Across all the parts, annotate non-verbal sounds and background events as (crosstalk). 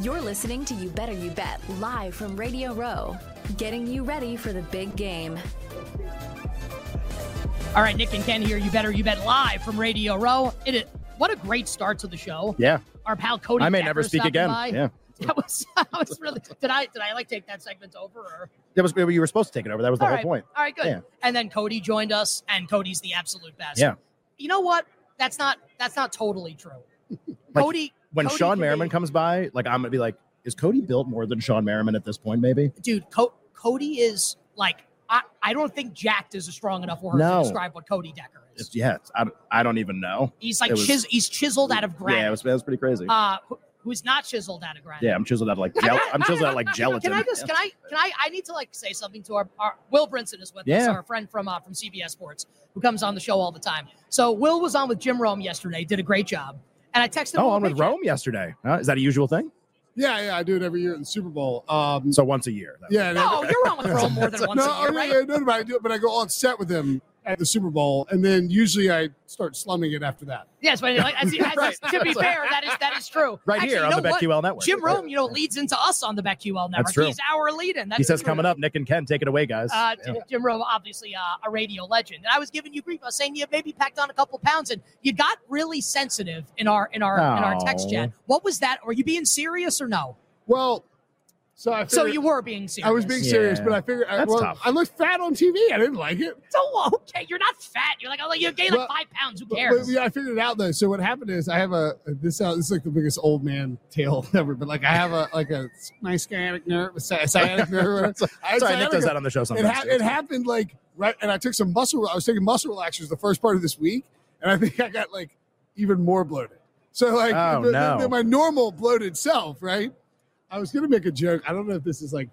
You're listening to You Better You Bet live from Radio Row, getting you ready for the big game. All right, Nick and Ken here. You better you bet live from Radio Row. It is, what a great start to the show. Yeah. Our pal Cody. I may Decker never speak stopping again. by. Yeah. (laughs) That was that was really did I did I like take that segment over or That was you were supposed to take it over. That was the All whole right. point. all right good Yeah. and then Cody joined us and Cody's the absolute best Yeah. you know what that's not that's not totally true (laughs) Like, Cody When Cody Sean can Merriman be- comes by, like I'm gonna be like, is Cody built more than Sean Merriman at this point? Maybe. dude Co- Cody is like I I don't think jacked is a strong enough word No. to describe what Cody Decker It's, is yeah. It's, I, don't- I don't even know. he's like it was- chis- he's chiseled out of Yeah. It granite was, that was pretty crazy. uh who, who's not chiseled out of granite yeah. I'm chiseled out of like (laughs) gel- I'm chiseled out of like gelatin. Can I just? yeah. Can I? Can I? I need to like say something to our, our Will Brinson is with us, Yeah. our friend from uh, from CBS Sports, who comes on the show all the time. So Will was on with Jim Rome yesterday, did a great job, and I texted. oh, Will on with Brinson- Rome yesterday. Huh? Is that a usual thing? Yeah, yeah, I do it every year at the Super Bowl. Um, So once a year. That- yeah, and No, you're on with Rome more than (laughs) every- once no, a year, oh, right? yeah, yeah, no, no, but I do it, but I go on set with him at the Super Bowl, and then usually I start slumming it after that. Yes, but like, as, as, Right. to be fair, that is that is true. Right Actually, here you on know the what? BetQL network. Jim Rome, you know, leads into us on the BetQL network. true. He's our lead in. That He is says true. coming up, Nick and Ken, take it away, guys. Uh, Yeah. Jim Rome, obviously uh, a radio legend, and I was giving you grief. I was saying you maybe packed on a couple pounds, and you got really sensitive in our in our in our text Oh. chat. What was that? Were you being serious or no? Well, so I So figured- you were being serious. I was being serious, Yeah. but I figured I, That's well, tough. I looked fat on TV. I didn't like it. so okay. You're not fat. You're like oh, you gained like Well, five pounds. Who But, cares? but, yeah, I figured it out though. So what happened is I have a this sounds this is like the biggest old man tale (laughs) ever, but like I have a like a my sciatic nerve, (laughs) sci- sciatic nerve. I had Sorry, Nick does sciatica. that on the show it, sometimes. ha- it happened like right and i took some muscle i was taking muscle relaxers the first part of this week and i (laughs) think i got like even more bloated so like Oh, the- the- no. the- my normal bloated self right i was gonna make a joke i don't know if this is like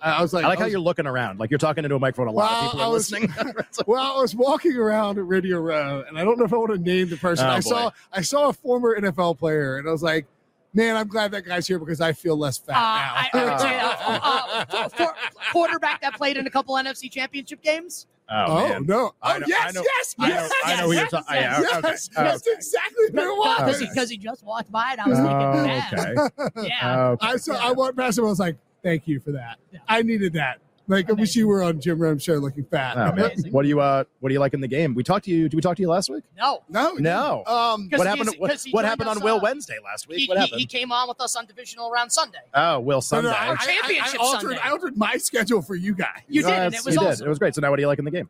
i I was like I like I how was- you're looking around. Like you're talking into a microphone a lot. Well, People are I was- (laughs) listening. (laughs) well i was walking around at radio row and i don't know if i want to name the person Oh, i boy. saw i saw a former nfl player and i was like man i'm glad that guy's here because i feel less uh, fat I, now I would say, uh, uh, for- quarterback that played in a couple NFC Championship games. oh, oh man. no I oh know- I yes know- yes I know- yes I know yes who you're yes, talking- yes, yeah, okay. yes, Oh, that's okay. exactly who (laughs) it was Oh, Because he, 'cause he just walked by, and I was thinking, man, okay. (laughs) Uh, yeah. Okay. I saw. I walked past him. I was like, "Thank you for that. Yeah. I needed that. Like, I wish you were on Jim Rome's show looking fat." Oh, man. Amazing. What do you uh what do you like in the game? We talked to you. Did we talk to you last week? no. no, No. Um, Because What he- happened what, because he what joined happened us, on Will uh, Wednesday last He, week? What he- happened? he came on with us on divisional round Sunday. oh, Will no, Sunday. no, I, I- I- Championship I altered, Sunday. I altered my schedule for you guys. You did, and Yes, it was you did. awesome. It was great. So now what do you like in the game?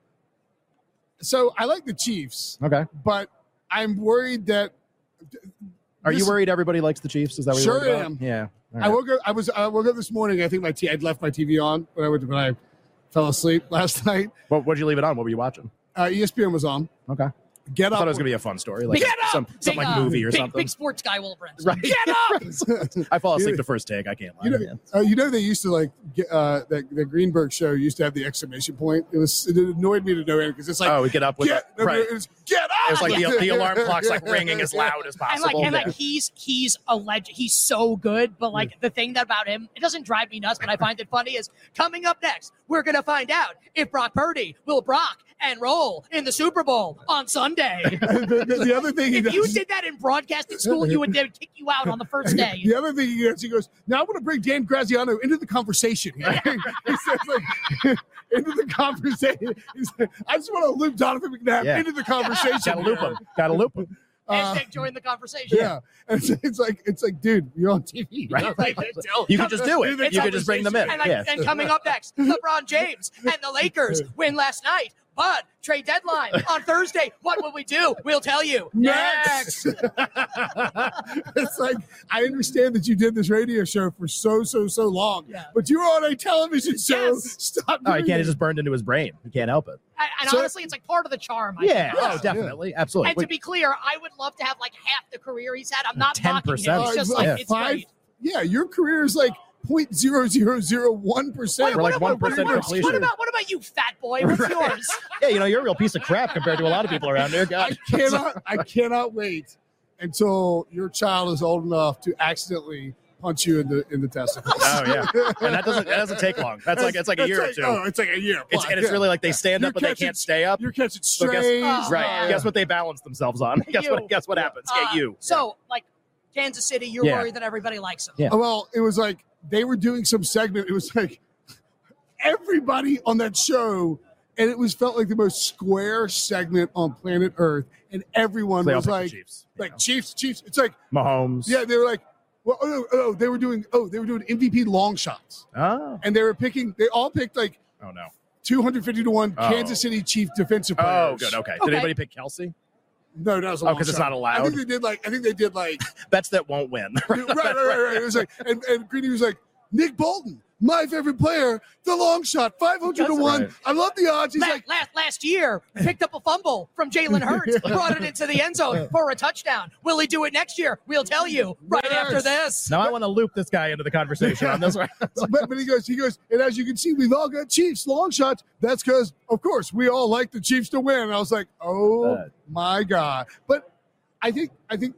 So I like the Chiefs, Okay. but I'm worried that Are you This- worried everybody likes the Chiefs? Is that what Sure you're worried about? am. Yeah. All I right. woke up. I was. I woke up this morning. I think my t- I'd left my TV on when I went to bed. I fell asleep last (laughs) night. What would you leave it on? What were you watching? Uh, ESPN was on. Okay. I Get up. thought it was gonna be a fun story. Like Get up! some some Big, like uh, movie or big, something. Big sports guy, Will Brinson. Right. (laughs) Get up. I fall asleep You- the first take. I can't lie. you know, Yeah. Uh, you know, they used to like get, uh, that the Greenberg show used to have the exclamation point. It was it annoyed me to no end because it's like oh, we get up with get the- right. it was, get up. It's like the, the alarm clock's like ringing as loud as And like, possible. and like, Yeah. he's he's a legend. He's so good. But like, the thing that about him, it doesn't drive me nuts, but I find it funny is coming up next, we're gonna find out if Brock Purdy will Brock and roll in the Super Bowl on (laughs) Sunday. (laughs) the, the- the other thing he if you does. did that in broadcasting school, you would they would kick you out on the first (laughs) day. The other thing he does, he goes, "Now I want to bring Dan Graziano into the conversation." here." (laughs) he says, like, (laughs) into the conversation. He's like, I just want to loop Donovan McNabb Yeah. into the conversation. Gotta loop here." him. Gotta loop him. Uh, Hashtag join the conversation. (laughs) yeah, and it's, it's like it's like, dude, you're on TV. Right. You know, (laughs) like, tell- You could just do it. the You could just bring them in. And, like, Yeah. (laughs) and coming up next, LeBron James and the Lakers win last night. But trade deadline on Thursday. What will we do? We'll tell you Next. (laughs) it's like I understand that you did this radio show for so so so long, Yeah. but you were on a television show. Yes. Stop. No, he doing Oh, can't. it. It's just burned into his brain. He can't help it. And, and So- honestly, it's like part of the charm. I Yeah. think. Oh, definitely. Absolutely. And to be clear, I would love to have like half the career he's had. I'm not mocking him. 10%. It's just Uh, like Yeah. it's five- great. Yeah, your career is like point zero zero zero one Wait, percent. We're like What about- 1% what about- completion. What about what about you, fat boy? What's (laughs) Right. yours? yeah, you know, you're a real piece of crap compared to a lot of people around here. I (laughs) God. cannot. I cannot wait until your child is old enough to accidentally punch you in the in the testicles. Oh yeah, and that doesn't that doesn't take long. That's like it's like a year or two. Oh, (laughs) it's like a year. It's, plus, and it's yeah. really like they stand You're up, but they catching- can't stay up. you're catching So guess- strays. Oh, Right. yeah. Guess what they balance themselves on. (laughs) Guess You. what? Guess what happens? Uh, Get you. So like Kansas City, you're Yeah. worried that everybody likes him. Yeah. Oh, well, it was like they were doing some segment. It was like everybody on that show, and it was felt like the most square segment on planet Earth, and everyone They all was pick the like, Chiefs. you like know. Chiefs, Chiefs. It's like Mahomes. yeah, they were like, well, oh, no, oh, they were doing oh, they were doing MVP long shots, Oh. and they were picking. They all picked like Oh no. 250 to one Oh. Kansas City Chief defensive players. Oh, good. Okay. Okay. Did anybody pick Kelsey? No, that was a Oh, long because it's shot. not I allowed. think they did like I think they did like Bets that won't win. (laughs) (laughs) right, right, right, right. It was like, and, and Greeny was like, Nick Bolton, my favorite player, the long shot, 500 to 1. Right. I love the odds. He's La- like, last last year, picked up a fumble from Jalen (laughs) Hurts, brought it into the end zone for a touchdown. Will he do it next year? We'll tell you right Yes. after this. Now I want to loop this guy into the conversation on this one. (laughs) but, but he goes, he goes, and as you can see, we've all got Chiefs long shots. That's because, of course, we all like the Chiefs to win. And I was like, oh Uh, my God. But I think, I think,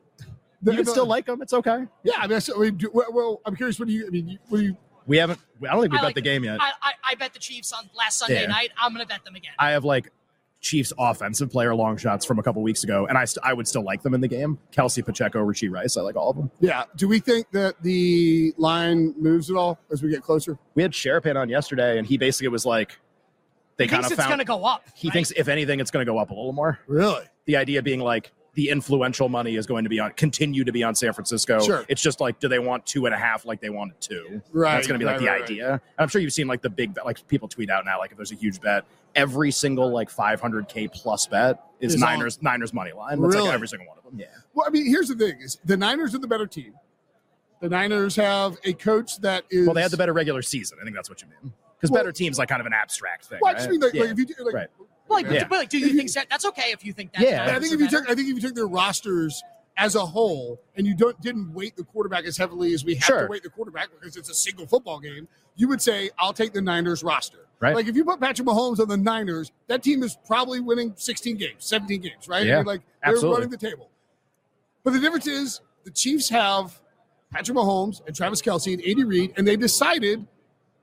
You can still like him. It's okay. yeah. I mean, I, said- I mean, do- well, well, I'm curious. What do you? I mean, you- what do you? We haven't. I don't think we I bet like- the game yet. I, I, I bet the Chiefs on last Sunday Yeah. night. I'm going to bet them again. I have like Chiefs offensive player long shots from a couple weeks ago, and I st- I would still like them in the game. Kelsey Pacheco, Richie Rice, I like all of them. Yeah. Do we think that the line moves at all as we get closer? We had Sherapan on yesterday, and he basically was like, they he kind thinks of it's found. going to go up. he right? thinks if anything, it's going to go up a little more. Really? The idea being like the influential money is going to be on continue to be on San Francisco. Sure. It's just like, do they want two and a half like they wanted two? Right. That's going to be like right, the right, right. idea. And I'm sure you've seen like the big bet, like people tweet out now, like if there's a huge bet, every single like 500k plus bet is Is on- Niners Niners money line. That's Really? like every single one of them. Yeah. Well, I mean, here's the thing: is the Niners are the better team. The Niners have a coach that is. Well, they had the better regular season. I think that's what you mean. Because Well- better teams like kind of an abstract thing. Well, I just right? mean, like, yeah. like, if you do, like, Right. Well, like, Yeah. but, like, do you think that, that's okay if you think that? Yeah. and I Niners think are if you better? took, I think if you took their rosters as a whole, and you don't didn't weight the quarterback as heavily as we have to Sure. weight the quarterback because it's a single football game, you would say, "I'll take the Niners roster." Right. Like if you put Patrick Mahomes on the Niners, that team is probably winning 16 games, 17 games, right? Yeah, I mean, like they're absolutely. running the table. But the difference is the Chiefs have Patrick Mahomes and Travis Kelsey and Andy Reid, and they decided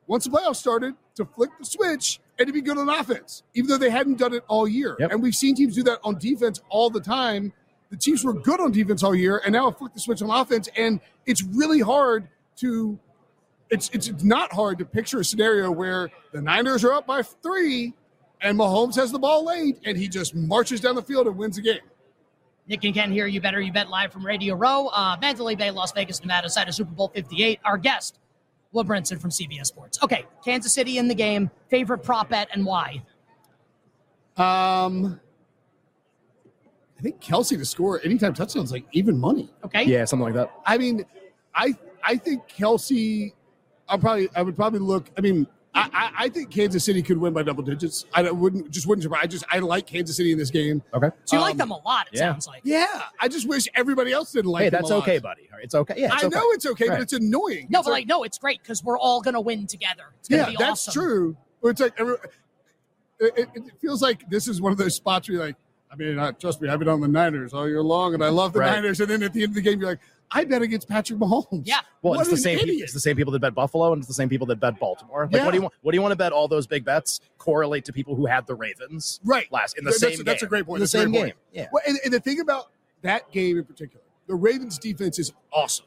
once the playoffs started to flick the switch and to be good on offense, even though they hadn't done it all year. Yep. And we've seen teams do that on defense all the time. The Chiefs were good on defense all year, and now flick the switch on offense, and it's really hard to. It's, it's not hard to picture a scenario where the Niners are up by three, and Mahomes has the ball late, and he just marches down the field and wins the game. Nick and Ken here. You better you bet live from Radio Row, uh, Mandalay Bay, Las Vegas, Nevada, site of Super Bowl 58. Our guest, Will Brinson from CBS Sports. Okay, Kansas City in the game. Favorite prop bet and why? Um, I think Kelsey to score anytime touchdowns like even money. Okay. yeah, something like that. I mean, I I think Kelsey. I probably I would probably look. I mean, I I, I think Kansas City could win by double digits. I don't- wouldn't just wouldn't surprise. I just I like Kansas City in this game. Okay. So you like Um, them a lot. It yeah. sounds like. Yeah, I just wish everybody else didn't like. hey, them that's a lot. okay, buddy. All right, It's okay. Yeah, it's I okay. know it's okay, but Right. it's annoying. No, It's but like no, it's great because we're all gonna win together. It's gonna yeah, be that's awesome. true. But it's like every, it, it, it feels like this is one of those spots where you're like, I mean, I, trust me, I've been on the Niners all year long, and I love the Right. Niners. And then at the end of the game, you're like, I bet against Patrick Mahomes. Yeah. Well, What it's the an same. idiot. People, it's the same people that bet Buffalo, and it's the same people that bet Baltimore. Like, Yeah. what do you want? What do you want to bet? All those big bets correlate to people who had the Ravens right. last in the That's- same. that's- that's a game. great point. In the That's a same great game. point. Yeah. Well, and, and the thing about that game in particular, the Ravens defense is awesome.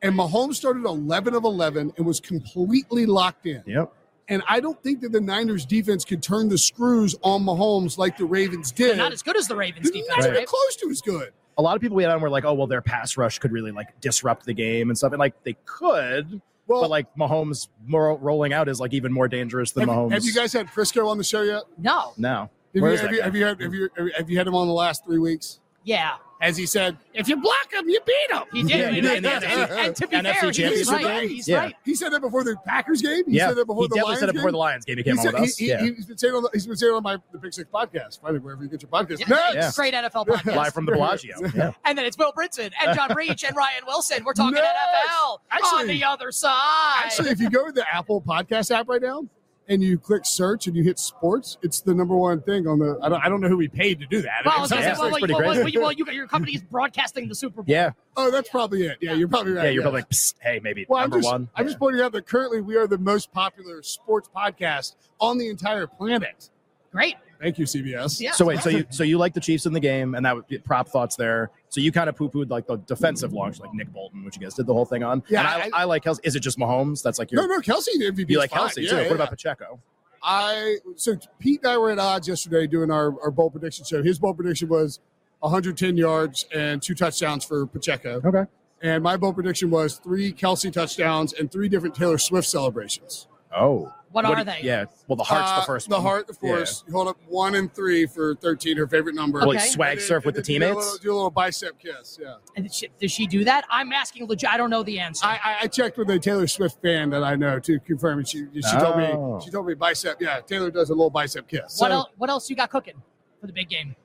And Mahomes started 11 of 11 and was completely locked in. Yep. And I don't think that the Niners defense could turn the screws on Mahomes like the Ravens They're did. not as good as the Ravens They're defense, not Right. even close to as good. A lot of people we had on were like, "Oh, well, their pass rush could really like disrupt the game and stuff," and like they could, Well, but like Mahomes more rolling out is like even more dangerous than have, Mahomes. have you guys had Frisco on the show yet? No. No. Have Where you, is have, that you, have, you had, have, you, have you had him on the last three weeks? Yeah, As he said, if you block him, you beat him. he did. Yeah, and, you know, and- and the and- and (laughs) to be NFC fair, he's Championship right. game? He's Yeah. right. He said that before the Packers game. He yeah, said that before he the definitely Lions said it before game. the Lions game. He He came on said, with us. he, yeah. he, has been saying on the, he's been saying on my the Pick Six podcast. Find it wherever you get your podcast. Yeah, Next! Yeah. Great NFL (laughs) podcast. (laughs) Live from the Bellagio. Yeah. And then it's Bill Brinson and John Reach and Ryan Wilson. We're talking Nice. NFL on Actually- the other side. Actually, if you go to the Apple Podcast app right now and you click search and you hit sports, it's the number one thing on the. I don't, I don't know who we paid to do that. well, I It was sounds gonna say, Yeah, like- well, well, that's pretty well, crazy. well, you- well, you got- your company is broadcasting the Super Bowl. Yeah. oh, that's probably it. Yeah, you're probably right. Yeah, you're yeah. probably like, Psst, hey, maybe Well, number I'm just, one. I'm just pointing out that currently we are the most popular sports podcast on the entire planet. Great. Thank you, CBS. Yeah. So wait, so you so you like the Chiefs in the game, and that would be prop thoughts there. So you kind of poo pooed like the defensive launch, like Nick Bolton, which you guys did the whole thing on. Yeah, and I, I, like Kelsey. Is it just Mahomes? That's like your No, no, Kelsey the you MVP. is like fine. Kelsey Yeah, too. yeah. What about Pacheco? I so Pete and I were at odds yesterday doing our, our bowl prediction show. His bowl prediction was 110 yards and two touchdowns for Pacheco. Okay. And my bowl prediction was three Kelsey touchdowns and three different Taylor Swift celebrations. Oh, What, What are do- they? Yeah, well, the heart's Uh, the first. The one. heart, of course. You hold up one and three for 13, her favorite number. Will Okay. he swag And then- surf with the and then do a teammates? little- Do a little bicep kiss. Yeah. And did she, does she do that? I'm asking legit. I don't know the answer. I, I- I checked with a Taylor Swift fan that I know to confirm, and she she told Oh. me she told me bicep. Yeah, Taylor does a little bicep kiss. what So else? What else you got cooking for the big game?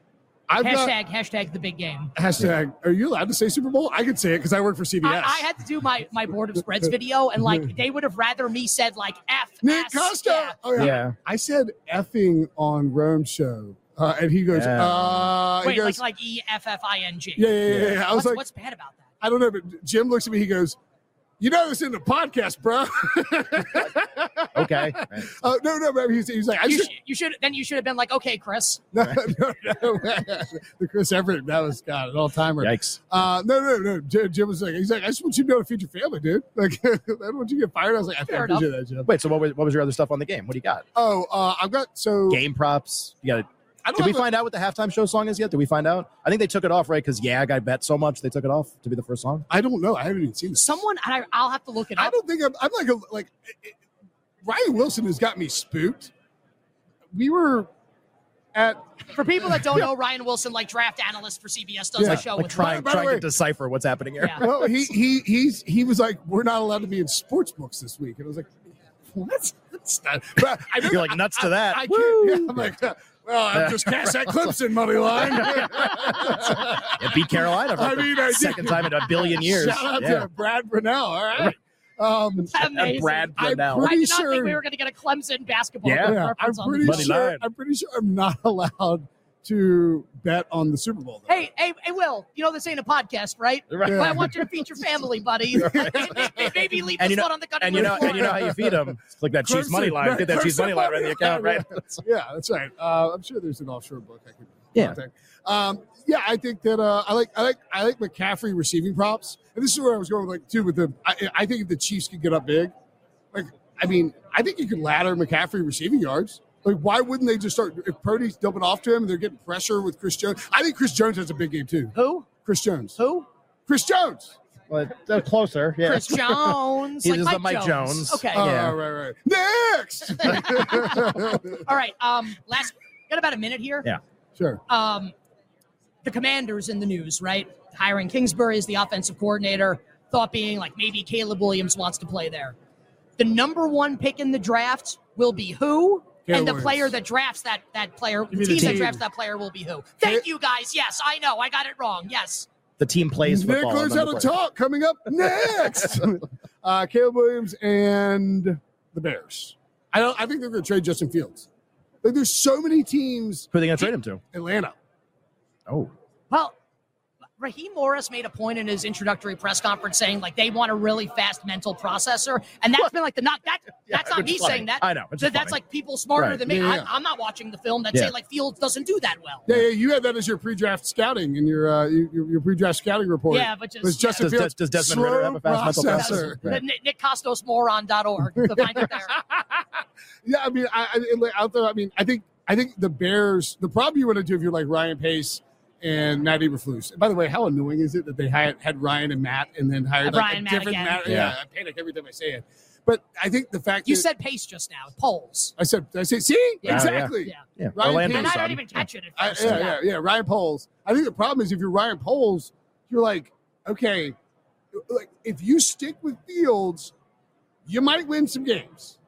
I've got- hashtag hashtag the big game. Hashtag, are you allowed to say Super Bowl? I could say it because I work for CBS. I, I had to do my my board of spreads video, and like they would have rather me said like F. Mm-hmm. Nick S, Costa. yeah. Oh, yeah. Yeah. I said effing on Rome's show. Uh, and he goes, Yeah. uh, he Wait, goes, like like E F F I N G. yeah, yeah, yeah, yeah. I was What's, like, what's bad about that? I don't know. But Jim looks at me. He goes, you know this in the podcast, bro. (laughs) Okay. Right. uh, no, no, man. He's, he's like, I You should, should, you should then you should have been like, okay, Chris. (laughs) no, no, no. the Chris Everett, that was God, an all timer. Yikes. Uh, no, no, no. Jim, Jim was like, he's like, I just want you to know to feed your family, dude. (laughs) Like, I don't want you to get fired. I was like, I Fair appreciate that, Jim. Wait. So what was what was your other stuff on the game? What do you got? Oh, uh, I've got so. Game props. You got it. I don't Did we have a- find out what the halftime show song is yet? Did we find out? I think they took it off, right? Because yeah, I bet so much they took it off to be the first song. I don't know. I haven't even seen this. Someone and I, I'll have to look it I up. don't think I'm, I'm like a like it- it- Ryan Wilson has got me spooked. We were at For people that don't know, Ryan Wilson, like draft analyst for CBS, does Yeah. a show Like with trying by the trying way- to decipher what's happening here. Yeah. well, he he he's he was like we're not allowed to be in sports books this week, and I was like, what? That's not. (laughs) But I know You're like nuts to that. I, I Woo. can't. Yeah, I'm like, uh, well, I'm just cash that Clemson money (laughs) line. (laughs) Shout Yeah, beat Carolina for I the mean, I did- second time in a billion years. out yeah. to Brad Brunell. All right. Um, (laughs) Amazing. Brad I'm Brunell. I pretty did not sure think we were going to get a Clemson basketball Yeah. I'm reference on pretty the Money sure. line. I'm pretty sure I'm not (laughs) allowed to bet on the Super Bowl. Though. Hey, hey, hey, Will, you know this ain't a podcast, right? Right. But I want you to feed your family, (laughs) buddy. Maybe leave And this you know- one on the cutting And you know, room and you know how you feed them. Click that cheese Clemson, money line. right, Get that cheese Clemson money line right in the money account, line, right? yeah, that's right. Uh, I'm sure there's an offshore book I could Yeah. contact. Um, yeah, I think that uh, I like I like I like McCaffrey receiving props, and this is where I was going like too with the I, I think if the Chiefs could get up big, like I mean I think you could ladder McCaffrey receiving yards. Like why wouldn't they just start if Purdy's dumping off to him and they're getting pressure with Chris Jones? I think Chris Jones has a big game too. Who? Chris Jones. Who? Chris Jones. (laughs) Well, that's closer. Yeah. Chris Jones. (laughs) He like is the Mike Jones. Uh, Okay. Oh, Yeah. right, right. (laughs) Next. All right. Um, last got about a minute here. Yeah. sure. Um, the commanders in the news, right? Hiring Kingsbury as the offensive coordinator. Thought being like maybe Caleb Williams wants to play there. The number one pick in the draft will be who? Caleb and the Williams. player that drafts that that player, the mean team, the that team. drafts that player will be who? Thank you guys. Yes, I know, I got it wrong. Yes, The team plays Nick football. and learns then how the to players. talk coming up (laughs) next. uh, Caleb Williams and the Bears. I don't. I think they're going to trade Justin Fields. Like, there's so many teams. Who are they going to trade him to? Atlanta. Oh, Well, Raheem Morris made a point in his introductory press conference saying like they want a really fast mental processor, and that's been like the not that Yeah, that's not which me is funny. saying that. I know, which is That- that's funny. like people smarter Right. than me. Yeah, I, yeah. I'm not watching the film that Yeah. say like Fields doesn't do that well. Yeah, yeah, you had that as your pre-draft scouting and your uh, your, your pre-draft scouting report. Yeah, but just- was Justin Does- does- Fields. does Desmond Ritter slow have a fast mental processor. processor? Right. The Nick, NickCostosMoron.org (laughs) to find it there. Yeah, I mean, I, I like, out there. I mean, I think I think the Bears. The problem you want to do if you're like Ryan Pace and Matt Eberflus. And by the way, how annoying is it that they had, had Ryan and Matt and then hired like, Uh, Ryan, a Matt different again. Matt? Yeah. Yeah. I panic every time I say it. But I think the fact You that said pace just now. Polls. I said, I say, see, Yeah. exactly. Yeah. Yeah, Ryan Orlando. And I don't son. even catch it at I, first. yeah, yeah, yeah. Ryan Poles. I think the problem is if you're Ryan Poles, you're like, okay, like if you stick with Fields, you might win some games.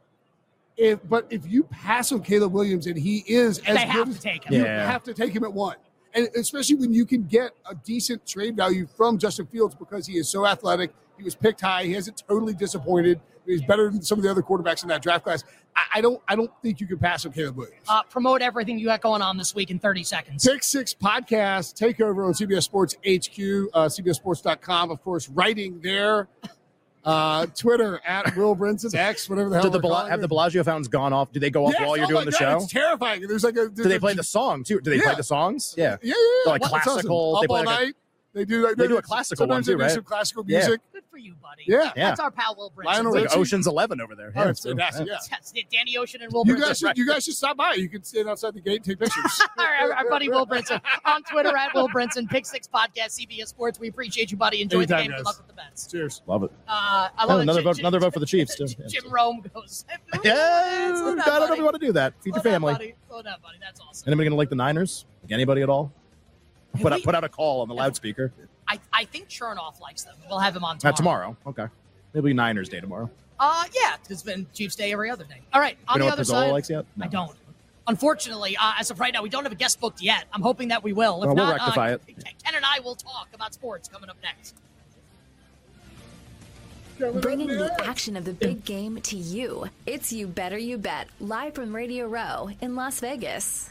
If but if you pass on Caleb Williams and he is as They have good to as take him. you Yeah. have to take him at one. And especially when you can get a decent trade value from Justin Fields because he is so athletic. He was picked high. He hasn't totally disappointed. He's better than some of the other quarterbacks in that draft class. I, I don't I don't think you can pass on Caleb Williams. Uh, promote everything you got going on this week in 30 seconds. Pick Six Podcast Takeover on CBS Sports HQ, uh, CBSSports.com, of course, writing there. Uh, Twitter at Will Brinson X, whatever the hell. Did the we're Bella- calling have it. the Bellagio fountains gone off? Do they go off Yes, while you're oh doing the my God, show? It's terrifying. There's like a. Do they play the song too? Do they Yeah. play the songs? Yeah. Yeah, yeah, yeah. They're like Well, it's awesome. classical- Up they play all like a- night. They do. Like, They do a classical one sometimes too, they right? Do some classical Yeah. music. Good for you, buddy. Yeah. Yeah. That's our pal Will Brinson. Lionel It's like Richie. Ocean's Eleven over there. Oh, Yeah, it's so- fantastic. yeah. Yeah. That's it. Danny Ocean Oh and Will You Brinson. guys should. You guys should stop by. You can stand outside the gate and (laughs) take pictures. our, our buddy Will Brinson on Twitter at Will Brinson, Pick Six Podcast, CBS Sports. We appreciate you, buddy. Enjoy Anytime, the game. Good guys. luck with the bets. (laughs) Cheers. Love it. Uh, I Oh, love it. another Jim- vote. Jim- Another vote for the Chiefs too. Yeah. Jim Rome goes. (laughs) (laughs) Yeah, Slow down, I don't know if buddy. you want to do that. Feed Slow your down, family. buddy. Slow down, buddy. That's awesome. Anybody gonna like the Niners? Like anybody at all? Have Put we- out, put out a call on the loudspeaker. I, I think Chernoff likes them. We'll have him on tomorrow. Not tomorrow. Okay. Maybe Niners day tomorrow. Uh, yeah, it's been Chiefs Day every other day. All right, on you know the what other Pizzola side, likes yet? I No. don't. Unfortunately, uh, as of right now, we don't have a guest booked yet. I'm hoping that we will. If Well, we'll not, rectify uh, it. Ken and I will talk about sports coming up next. Bringing the action of the big game to you. It's You Better You Bet, live from Radio Row in Las Vegas.